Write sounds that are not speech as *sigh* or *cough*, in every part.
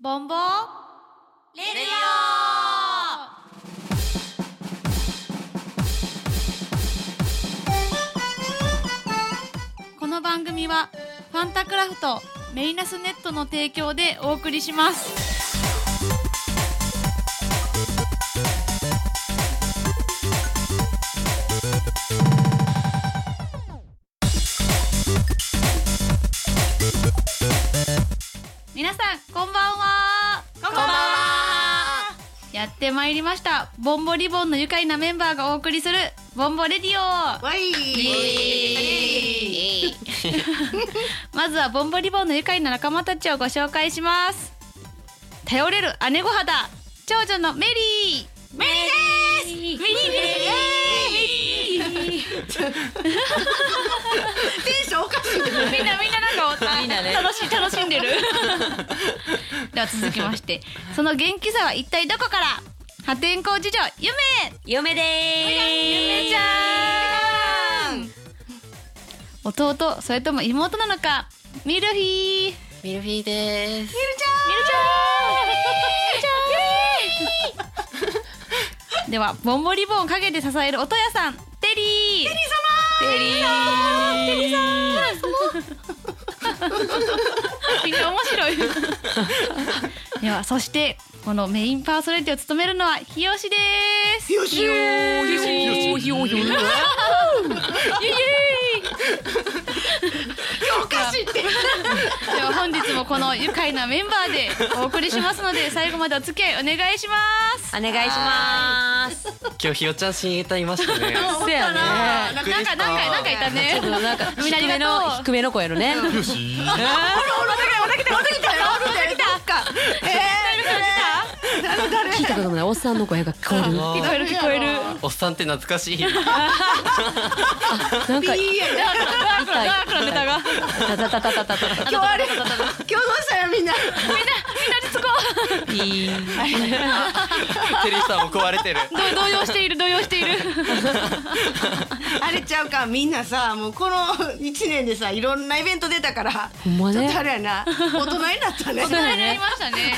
ボンボレディオこの番組はファンタクラフトメイナスネットの提供でお送りします皆さんこんばんはこんばんはやってまいりましたボンボリボンの愉快なメンバーがお送りするボンボレディオわいまずはボンボリボンの愉快な仲間たちをご紹介します頼れる姉御肌長女のメリーメリーですメリーテンションおかしいメリーみんなみんななんかおみんなね楽しい楽しんでるでは続きましてその元気さは一体どこから破天荒事情ゆめ嫁でーす。ちゃん弟それとも妹なのかミルフィーミルちミルフィーでーす。ゃんではボンボリボンを陰で支える音屋さんテリーテリー様テリーテリー様みんな面白いではそしてこのメインパーソナリティを務めるのは日吉ですよしよよよしよしよしイエイおかしいってでは本日もこの愉快なメンバーでお送りしますので最後までお付き合いお願いしますお願いします。今日ひよちゃん新歌いましたね。 *laughs* そうやね。あーななんか何回何回いたねなんかみんなあ低りめがとうの低めの声のね。よし。聞いたことのないおっさんの声が聞こえる。聞こえる聞こえるおっさんって懐かしい。なんかいいやダークなダークなネタがみんなタタタタタタタ今日あれ今日どうしたよみんなみんなでつこピー。テリーさんも壊れてる。う動揺している動揺している *laughs* あれちゃうかみんなさもうこの一年でさいろんなイベント出たからほんまちょねっとあれやな大人になったね大人になりましたね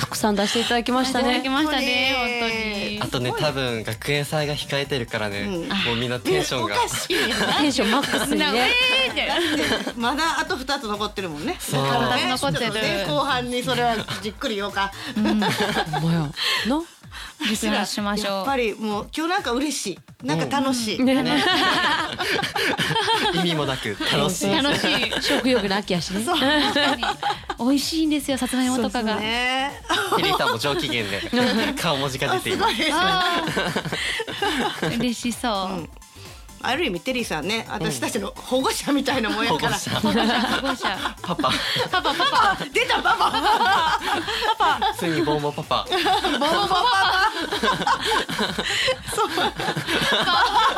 たくさん出していただきましいたただきね。ましたねあとね、多分学園祭が控えてるからね、もうみんなテンションおが。かしいよテンションマックス本当にみんになウェね。ーってまだあと二つ残ってるもんねそうだからね二つ残ってるちょとね後半にそれはじっくり言おうかほんまや。の。実話しましやょっうぱりもう今日なんか嬉しいなんか楽しいね。意味もなく楽しい。楽しい食欲の秋やしね。確かに美味しいんですよさつまいもとかがねテリーさんも上機嫌で顔文字が出ていすまごす。いですねあー嬉しそう、ある意味テリーさんね私たちの保護者みたいなもんや保か護ら、者、保護者保護者パパ、パパパパ出たパパついにボンボパパ。ボンボンパ *laughs*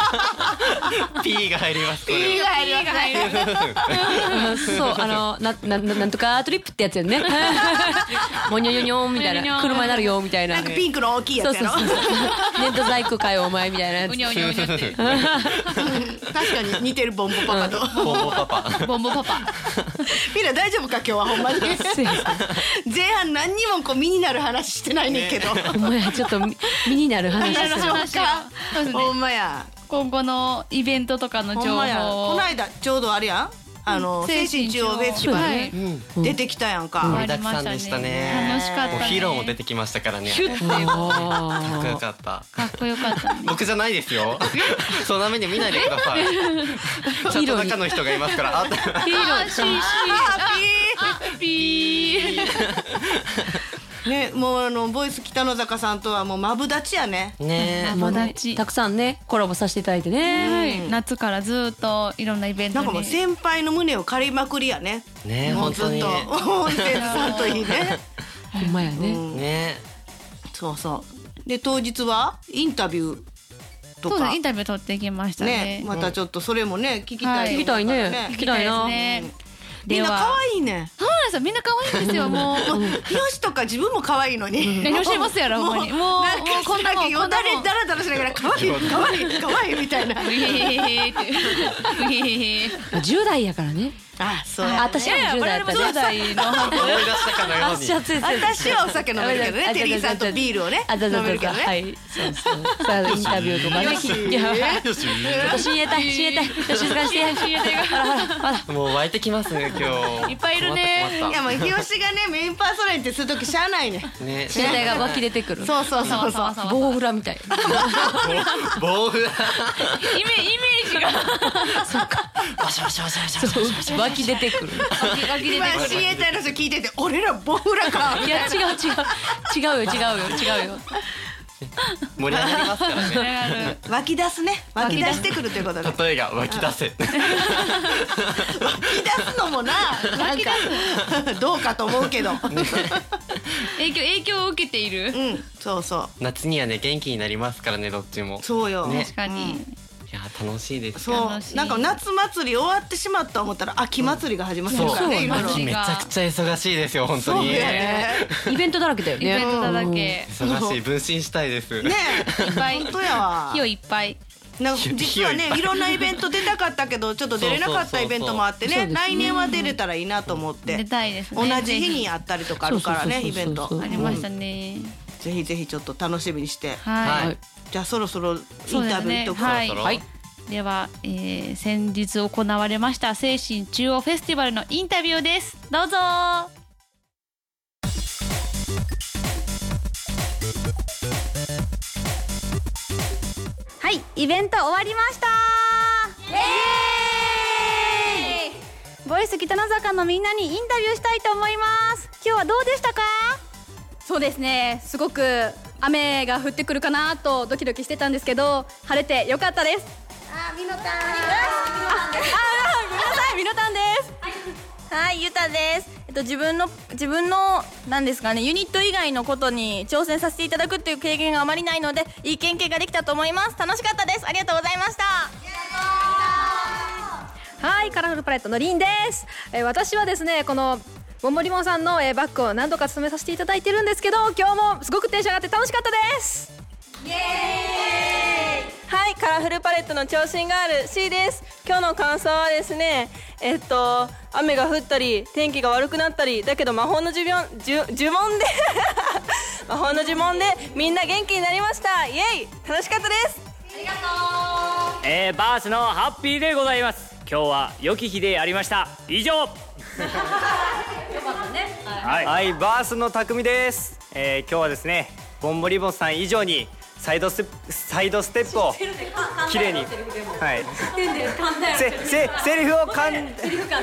ピーが入ります。これピーが入るピーが入るそう、あの、な、な、ななんとかトリップってやつやね。もにょにょにょみたいな。車になるよみたいな。なんかピンクの大きいやそうつやそうろそう。ネット細工かよお前みたいなやうつに。ゃうにゃうにゃって確かに似てるボンボパパと、 *laughs* ボンボパパ。ボンボパ *laughs* パみんな大丈夫か今日はほんまにそうや前半何にもこう身になる話してないねんけど、お前ちょっと身になる話いろいろ話をそうですね *laughs* ほんまや今後のイベントとかのほ情ん報まやこをの間ちょうどあれやんあの、精神中央フェスティバはルいに出てきたやんか、盛りだくさんでしたね。楽しかったねもうヒーローも出てきましたからね。かっこよかった。かっこよかったね僕じゃないですよ。 *laughs* そんな目に見ないでくださ *laughs* い。ちゃんと中の人がいますから。あヒーローシーシーあピーねもうあのボイス北野坂さんとはもうマブダチやね *laughs* ね友友達達たくさんねコラボさせていただいてはねい夏からずっといろんなイベントなんにかもう先輩の胸を借りまくりやねえ。ねえ、もう本ずっ当とに。温泉さんといいねほんまやねねそうそうで当日はインタビューそとうですかねインタビュー取ってきましたねねまたちょっとそれもね聞きはたいい聞きたいね聞聞ききたいたでいすなねみでんな可は愛いねそうなんですよみんな可愛いんですよもうヒロシとか自分も可愛いのに何をしてますやろほんまにもうもうなんかこんなもんよだれこんなもんだらだらしながら可愛い可愛い可愛いみたいなうへへへへってうへへへ10代やからねあそうあ私いはやいや10代だった我々も10代の *laughs* はず思い出したかのように私はついつい私はお酒飲めるけどねテリーさんとビールをねあ飲だめだだるけだどはねいそうそうそうあのインタビューとかね聞いよてよし親衛隊親衛隊静かにして親衛隊がほらほらほらもう湧いてきますね今日いっぱいいるね困いっやたもう日吉がねメインパーソナリティするときしゃあないね困ったね親衛隊が湧き出てくるそうそうそそうそううそう棒フラみたい棒がイメイメージがバシャバシャバシャバシャバシャバシャ湧き出てくる湧き出て今くる親衛隊の人聞いてて俺らボウラかいや違う違う違うよ違うよ違うよ盛り上がりますからね湧き出すね湧き出してくるということで湧例えが湧き出せき出すのもななんかどうか *laughs* と思うけど影響影響を受けているうんそうそう *laughs* 夏にはね元気になりますからねどっちもそうよ、ね確かにいや楽しいですそう楽しいなんか夏祭り終わってしまったと思ったら秋祭りが始まってるからね、そういろいろそうめちゃくちゃ忙しいですよ本当そうにやねイベントだらけだよイベントだねらけ忙しい分身したいですねいっぱい本当やわ火をいっぱいなんか実は火をいっぱねいいろんなイベント出たかったけどちょっと出れなかったイベントもあってそうそうねそうそう来年は出れたらいいなと思って出たいです同ねじ日にあったりとかあるからねイベントそうそうそうそうありましたねぜひぜひちょっと楽しみにしてはい、はいじゃあそろそろインタビューとそうですねか、はいそろそろはいでは、えー先日行われました精神中央フェスティバルのインタビューですどうぞはい、イベント終わりましたイエーイボイス北の坂のみんなにインタビューしたいと思います今日はどうでしたかそうですねすごく雨が降ってくるかなとドキドキしてたんですけど晴れてよかったですあ、みのたんごめんなさいみのたんですはい、ゆたです。えっと、自分の、自分の、なんですかね、ユニット以外のことに挑戦させていただくっていう経験があまりないので、いい経験ができたと思います。楽しかったです。ありがとうございました。はいカラフルパレットのりんです、えー私はですねこのぼんぼりもんさんの、えーバックを何度か務めさせていただいてるんですけど今日もすごくテンション上がって楽しかったですはい、カラフルパレットの長身ガール C です。今日の感想はですね、えっと、雨が降ったり、天気が悪くなったり、だけど魔法の呪文、呪呪文で、 *laughs* 魔法の呪文でみんな元気になりました。イエイ楽しかったですえー、バースのハッピーでございます今日は良き日でありました以上よかったねはい、はいバースの匠です、えー、今日はですねボンボリボンさん以上にサイドステップサイドステップを綺麗にはいせせセリフを噛んセリフせ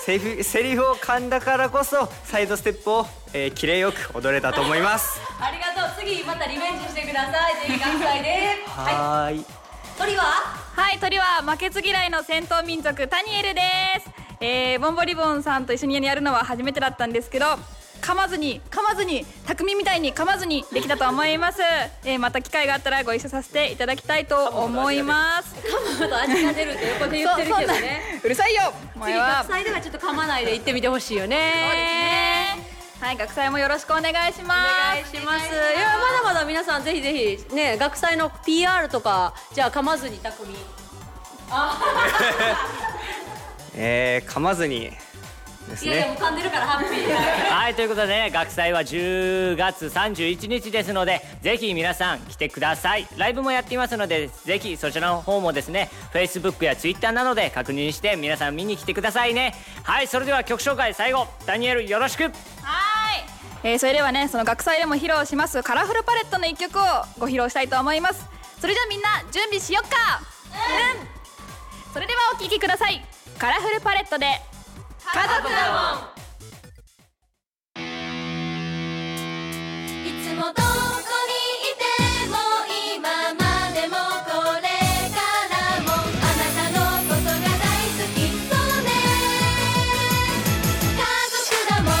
セリフセリフを噛んだからこそサイドステップを、えー、綺麗よく踊れたと思いますありがとう。次またリベンジしてください。ぜひ関西で。はーい鳥は？はい、鳥は負けず嫌いの戦闘民族タニエルです。えー、ボンボリボンさんと一緒にやるのは初めてだったんですけど。噛まずに噛まずに匠みたいに噛まずにできたと思います、えー、また機会があったらご一緒させていただきたいと思いますちょっと味が出るって横で言ってるけどねうるさいよお前次は学祭ではちょっと噛まないで行ってみてほしいよねはい学祭もよろしくお願いしますお願いしますいやまだまだ皆さんぜひぜひね学祭の PR とかじゃあ噛まずに匠えー、噛まずにですいねやいやもう噛んでるからハッピーはいということでね学祭は10月31日ですのでぜひ皆さん来てくださいライブもやっていますのでぜひそちらの方もですね Facebook や Twitter などで確認して皆さん見に来てくださいねはいそれでは曲紹介最後ダニエルよろしくはい、えー、それではねその学祭でも披露しますカラフルパレットの一曲をご披露したいと思いますそれじゃあみんな準備しよっかうん、それではお聴きくださいカラフルパレットで家族だもんいつもどこにいても今までもこれからもあなたのことが大好きそうね家族だもん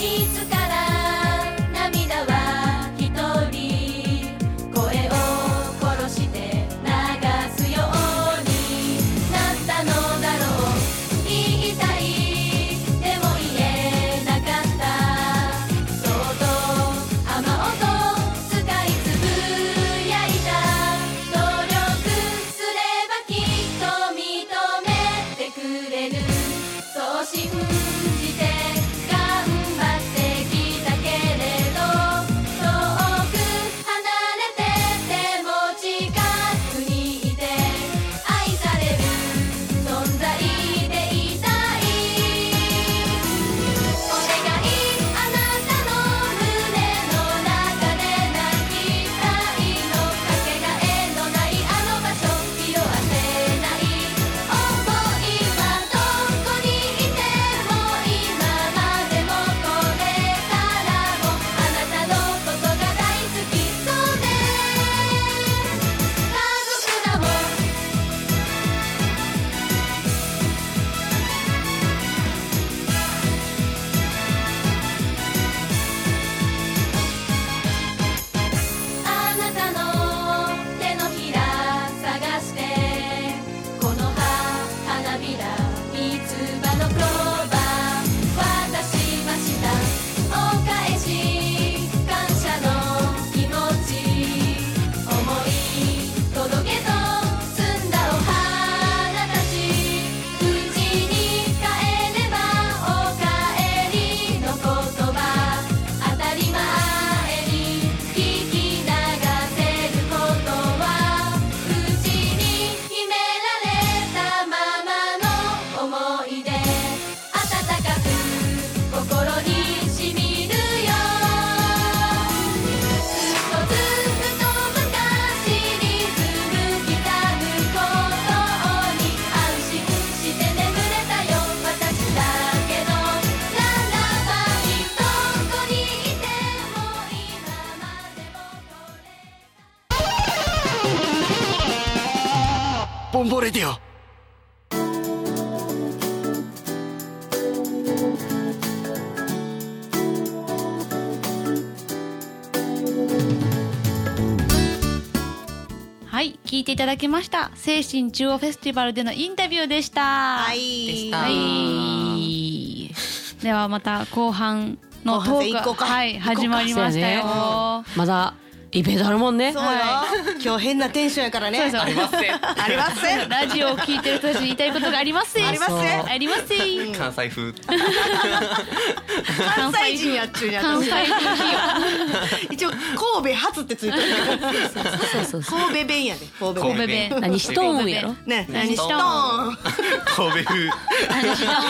いつから涙はボンボレディオはい聞いていただきました精神中央フェスティバルでのインタビューでしたは、はいい。 *laughs* ではまた後半のトーク後半戦行こうかはい始まりましたよ行こうまだイベントあるもんねそうよ、今日変なテンションやからね。そうそうありませんありますねラジオを聞いてる人たちに言いたいことがありますよありますねありますよ関西風関西人やっちゅうに関西私人一応神戸発ってついてるそうそうそう神戸弁やで神戸神弁戸弁何しとんやろね何しとん何あ神戸何し風とんー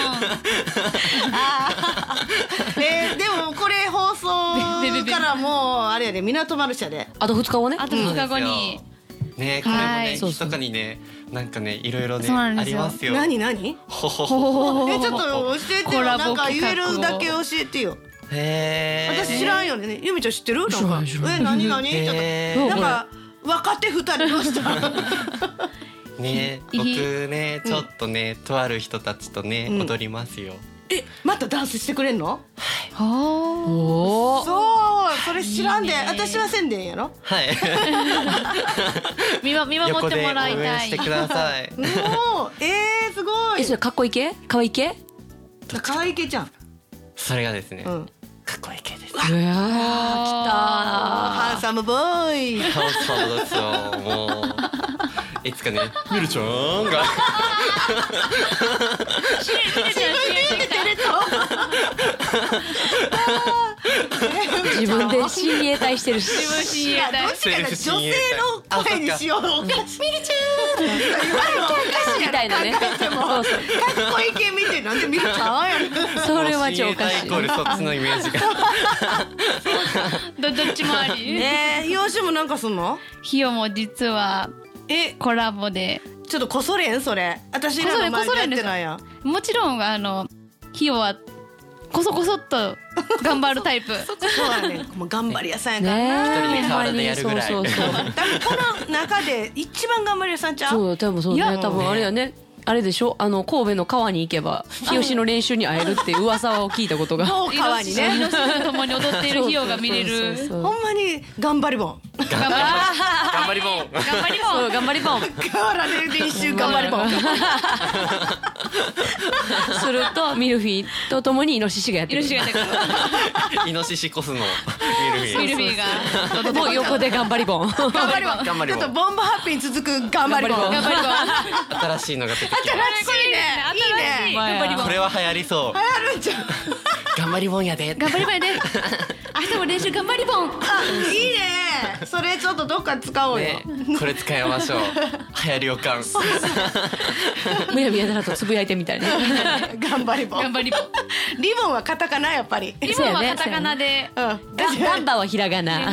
えーでもこれ放送からもうあれやで港マルシャであと2日後ねあと2日後にねこれもはいね密かにねなんかねいろいろねそうなんあですりよますよ何何ほほほほほほほえちょっと教えてコよラボなんか言えるだ企画け教をえてよへー私知らんよねゆみちゃん知ってるなんか知らえ何何ちょっへとーなんか若手二人どうしたねい僕ねちょっとねとある人たちとねうん踊りますよえまたダンスしてくれんのほーおーそうそれ知らんいでいね私はせんでんやろはい見ま見守横ってで応もらい援たしいてくださいもうえー、すごいえそれかっこいい系かわいい系可愛い系じゃん、それがですねうかん、っこいい系ですうわハンサムボーイそうそうですよもういつかねミルちゃんがー来た自分で親衛隊してるし自分親衛隊どっちかが女性の声にしようおかしいミルちゃん今のおかしいみやたいなねそうそうろかっこいい系見てなんでミルちゃ *laughs* んやねんそれはちょっとおかもうし親衛隊イいコールそっちのイメージが *laughs* どどっちもあり、ねえ養子もなんかすんのひよも実はえコラボでちょっとこそれんそれ私らの前でやってないやんもちろんあのひよはこそこそっと頑張るタイプそうやねんもう頑張り屋さんやから、一人ねで河原でやるぐらいそうそうそう多分この中で一番頑張り屋さんちゃうそう多分そういねや多分あれやねあれでしょあの神戸の川に行けば日吉の練習に会えるっていう噂を聞いたこ *laughs* とがもう川にイねノシシと共に踊っているひよが見れるそうそうそうそうほんまに頑張りもん頑張頑張りもんり頑張りもそう頑張りポン河原で練習頑張りもんするとミルフィーとともにイノシシがやってイノシくシがる出てくるイノシシコスのミルフィミルフィーがもう横で頑張りポン頑張りもん頑張りもんちょっとボンバーハッピーに続く頑張りもん頑張りも新しいのが出てき新たしいねいい新しいね頑張りもこれは流行りそう流行るんじゃん頑張りもんやで頑張りもやで明日も練習頑張りもんあいいねそれちょっとどっか使おうよ、ね、これ使いましょう流行り予感むやみやたらとつぶやいてみたいね頑張りもん頑張りもんリボンはカタカナやっぱりうんリボンはカタカナで頑ガガンバはひらがな頑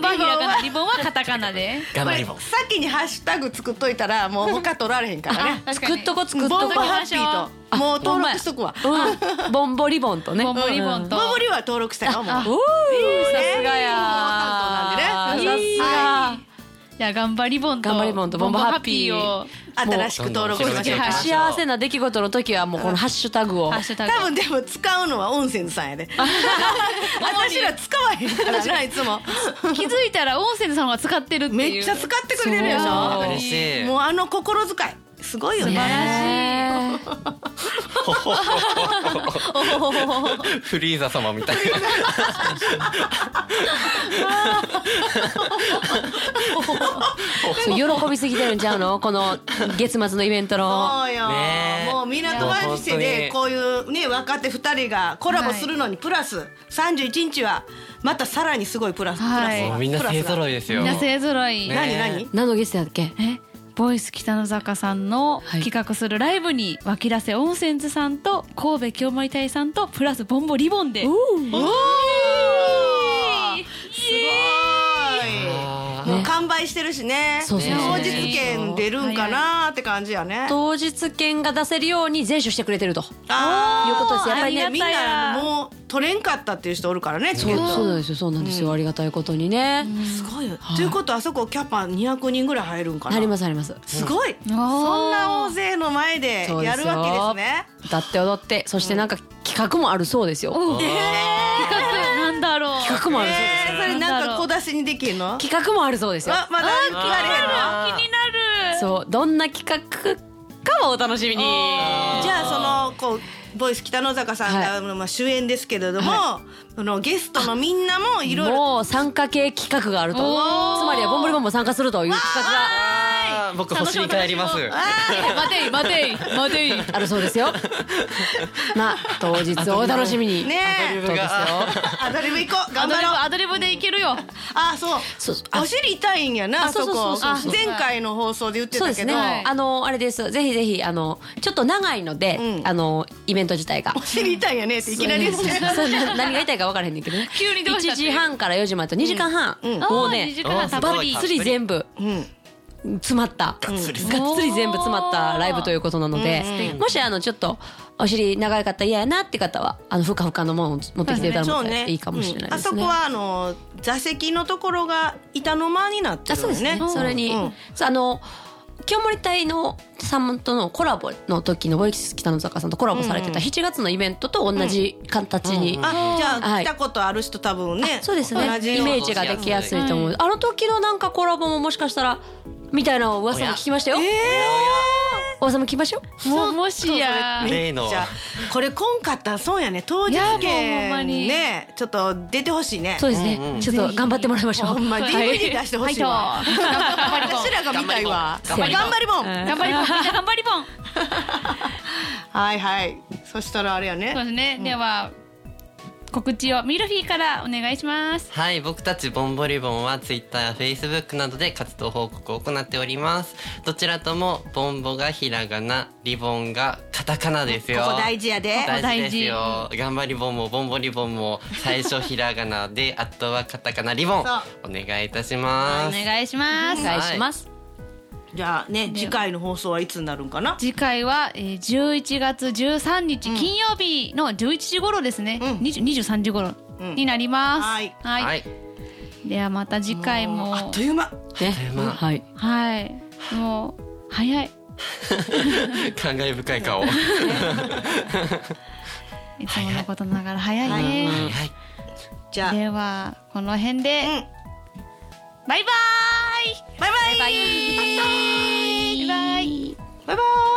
張りらがなリボンはカタカナで頑張りこもれ先にハッシュタグ作っといたらもう他取られへんからね確か作にっとこ作ボっンバとーこハッピーともう登録しとくわボンうんボンボリボンとねボンボリボンとボリは登録したよもうおーさすがやボンボリボン担当なんでねさいや頑張りボンと頑張りボンとボンボハッピーボンボハを新しく登録しまどんどんしょ広げうてかいきすが幸せな出来事の時はもうこのハッシュタグをハッシュタグ多分でも使うのは温泉さんや *laughs* で私ら使わへんからないつも気づいたら音声さんが使ってるっていうめっちゃ使ってくれてるでしんょ嬉しいもうあの心遣いすごいよねねフリーザ様みたいそう喜びすぎてるんちゃうのこの月末のイベントのそうよ、ねえもう港町市でこういうね若手二人がコラボするのにプラス31日はまたさらにすごいプラス、はいなもうみんプなラス勢ぞろいいですみよんな勢ぞろいね何何何のゲストやっけえボイス北の坂さんのはい企画するライブに脇らせ温泉津さんと神戸清盛隊さんとプラスボンボリボンでおーすごいあもう完売してるしねそうそう当日券出るんかなって感じやね当日券が出せるように全書してくれてるとあーいうことですやっぱりねあれみんなもう取れんかったっていう人おるからねチケそうットそうなんですよそうなんですよ、ありがたいことにね、すごいよということはあそこキャパ200人ぐらい入るんかありなますありますすごいそんそな大勢の前でそうでやするよわけですね歌って踊ってそしてなんか企画もあるそうですよ、なんだろう企画もあるそうです、えーそれなんか小出しにできんの企画もあるそうですよあまだ聞かれへんの気になるそうどんな企画かはお楽しみにじゃあそのこうボイス北野坂さんが、まあ、主演ですけれども、そのゲストのみんなもいろいろもう参加系企画があるとつまりはボンボリボンも参加するという企あー僕星に帰ります。画が待てい待てい待ていあるそ *laughs* うですよまあ当日をお楽しみにねアドそうリブですよがアドリブ行こうア頑ド張リブろうアドリブでいけるよあそうそうそうあお尻痛いんやなああそそうそうこそうそうそう前回の放送で言ってそうたでけすど、ね、あのあれですぜひぜひあのちょっと長いので、うんあのイベント自体がお尻痛いんやねっていきなり言って *laughs* そうそうな何が言いたいか分からへんねんけどね急にどうした1って時半から4時までと2時間半、うんもうあーね二時間たっばぷっりつり全部うん詰まったがっつり全部詰まったライブということなので、もしあのちょっとお尻長い方嫌やなって方はあのふかふかのものを持ってきていただそうくとねいいかもしれないうんあですそね。こはあの座席のところが板の間になってあるそうよですね。ねそれに、うんそうあの清盛隊のさんとのコラボの時のボイキス北野坂さんとコラボされてた7月のイベントと同じ形に、あじゃあは来いたことある人多分ねそうですね同じよイうなメージができやすいと思う、あの時のなんかコラボももしかしたらみたいな噂も聞きましたよ、お噂も聞きましょうもうもしや例のじゃあこれこんかったら損やね当日いやもうほんま券にねちょっと出てほしいねそうですね、ちょっと頑張ってもらいましょうほんま DVD 出してほしいわ、私らが見たいわ頑張りもん頑張りボンみんな頑張りボンはいはいそしたらあれやそうでねすねでは告知をミルフィーからお願いしますはい、僕たちボンボリボンはツイッターやフェイスブックなどで活動報告を行っております。どちらともボンボがひらがな、リボンがカタカナですこよ。こ大事やで大事ですよ。頑張りボンもボンボリボンも最初ひらがなであとはカタカナリボンおそ願いいたしおます。願いしますお願いします、じゃあね次回の放送はいつになるんかな次回は、えー、11月13日金曜日の11時頃ですね、うん20 23時頃んになります、はいはいはい。ではまた次回もあっという間ねまあはいはいもう早い感慨深い顔。はいいつものことながら早いね、はい。じゃあではこの辺で、うんバイバーイバイバイバイバイバイバイ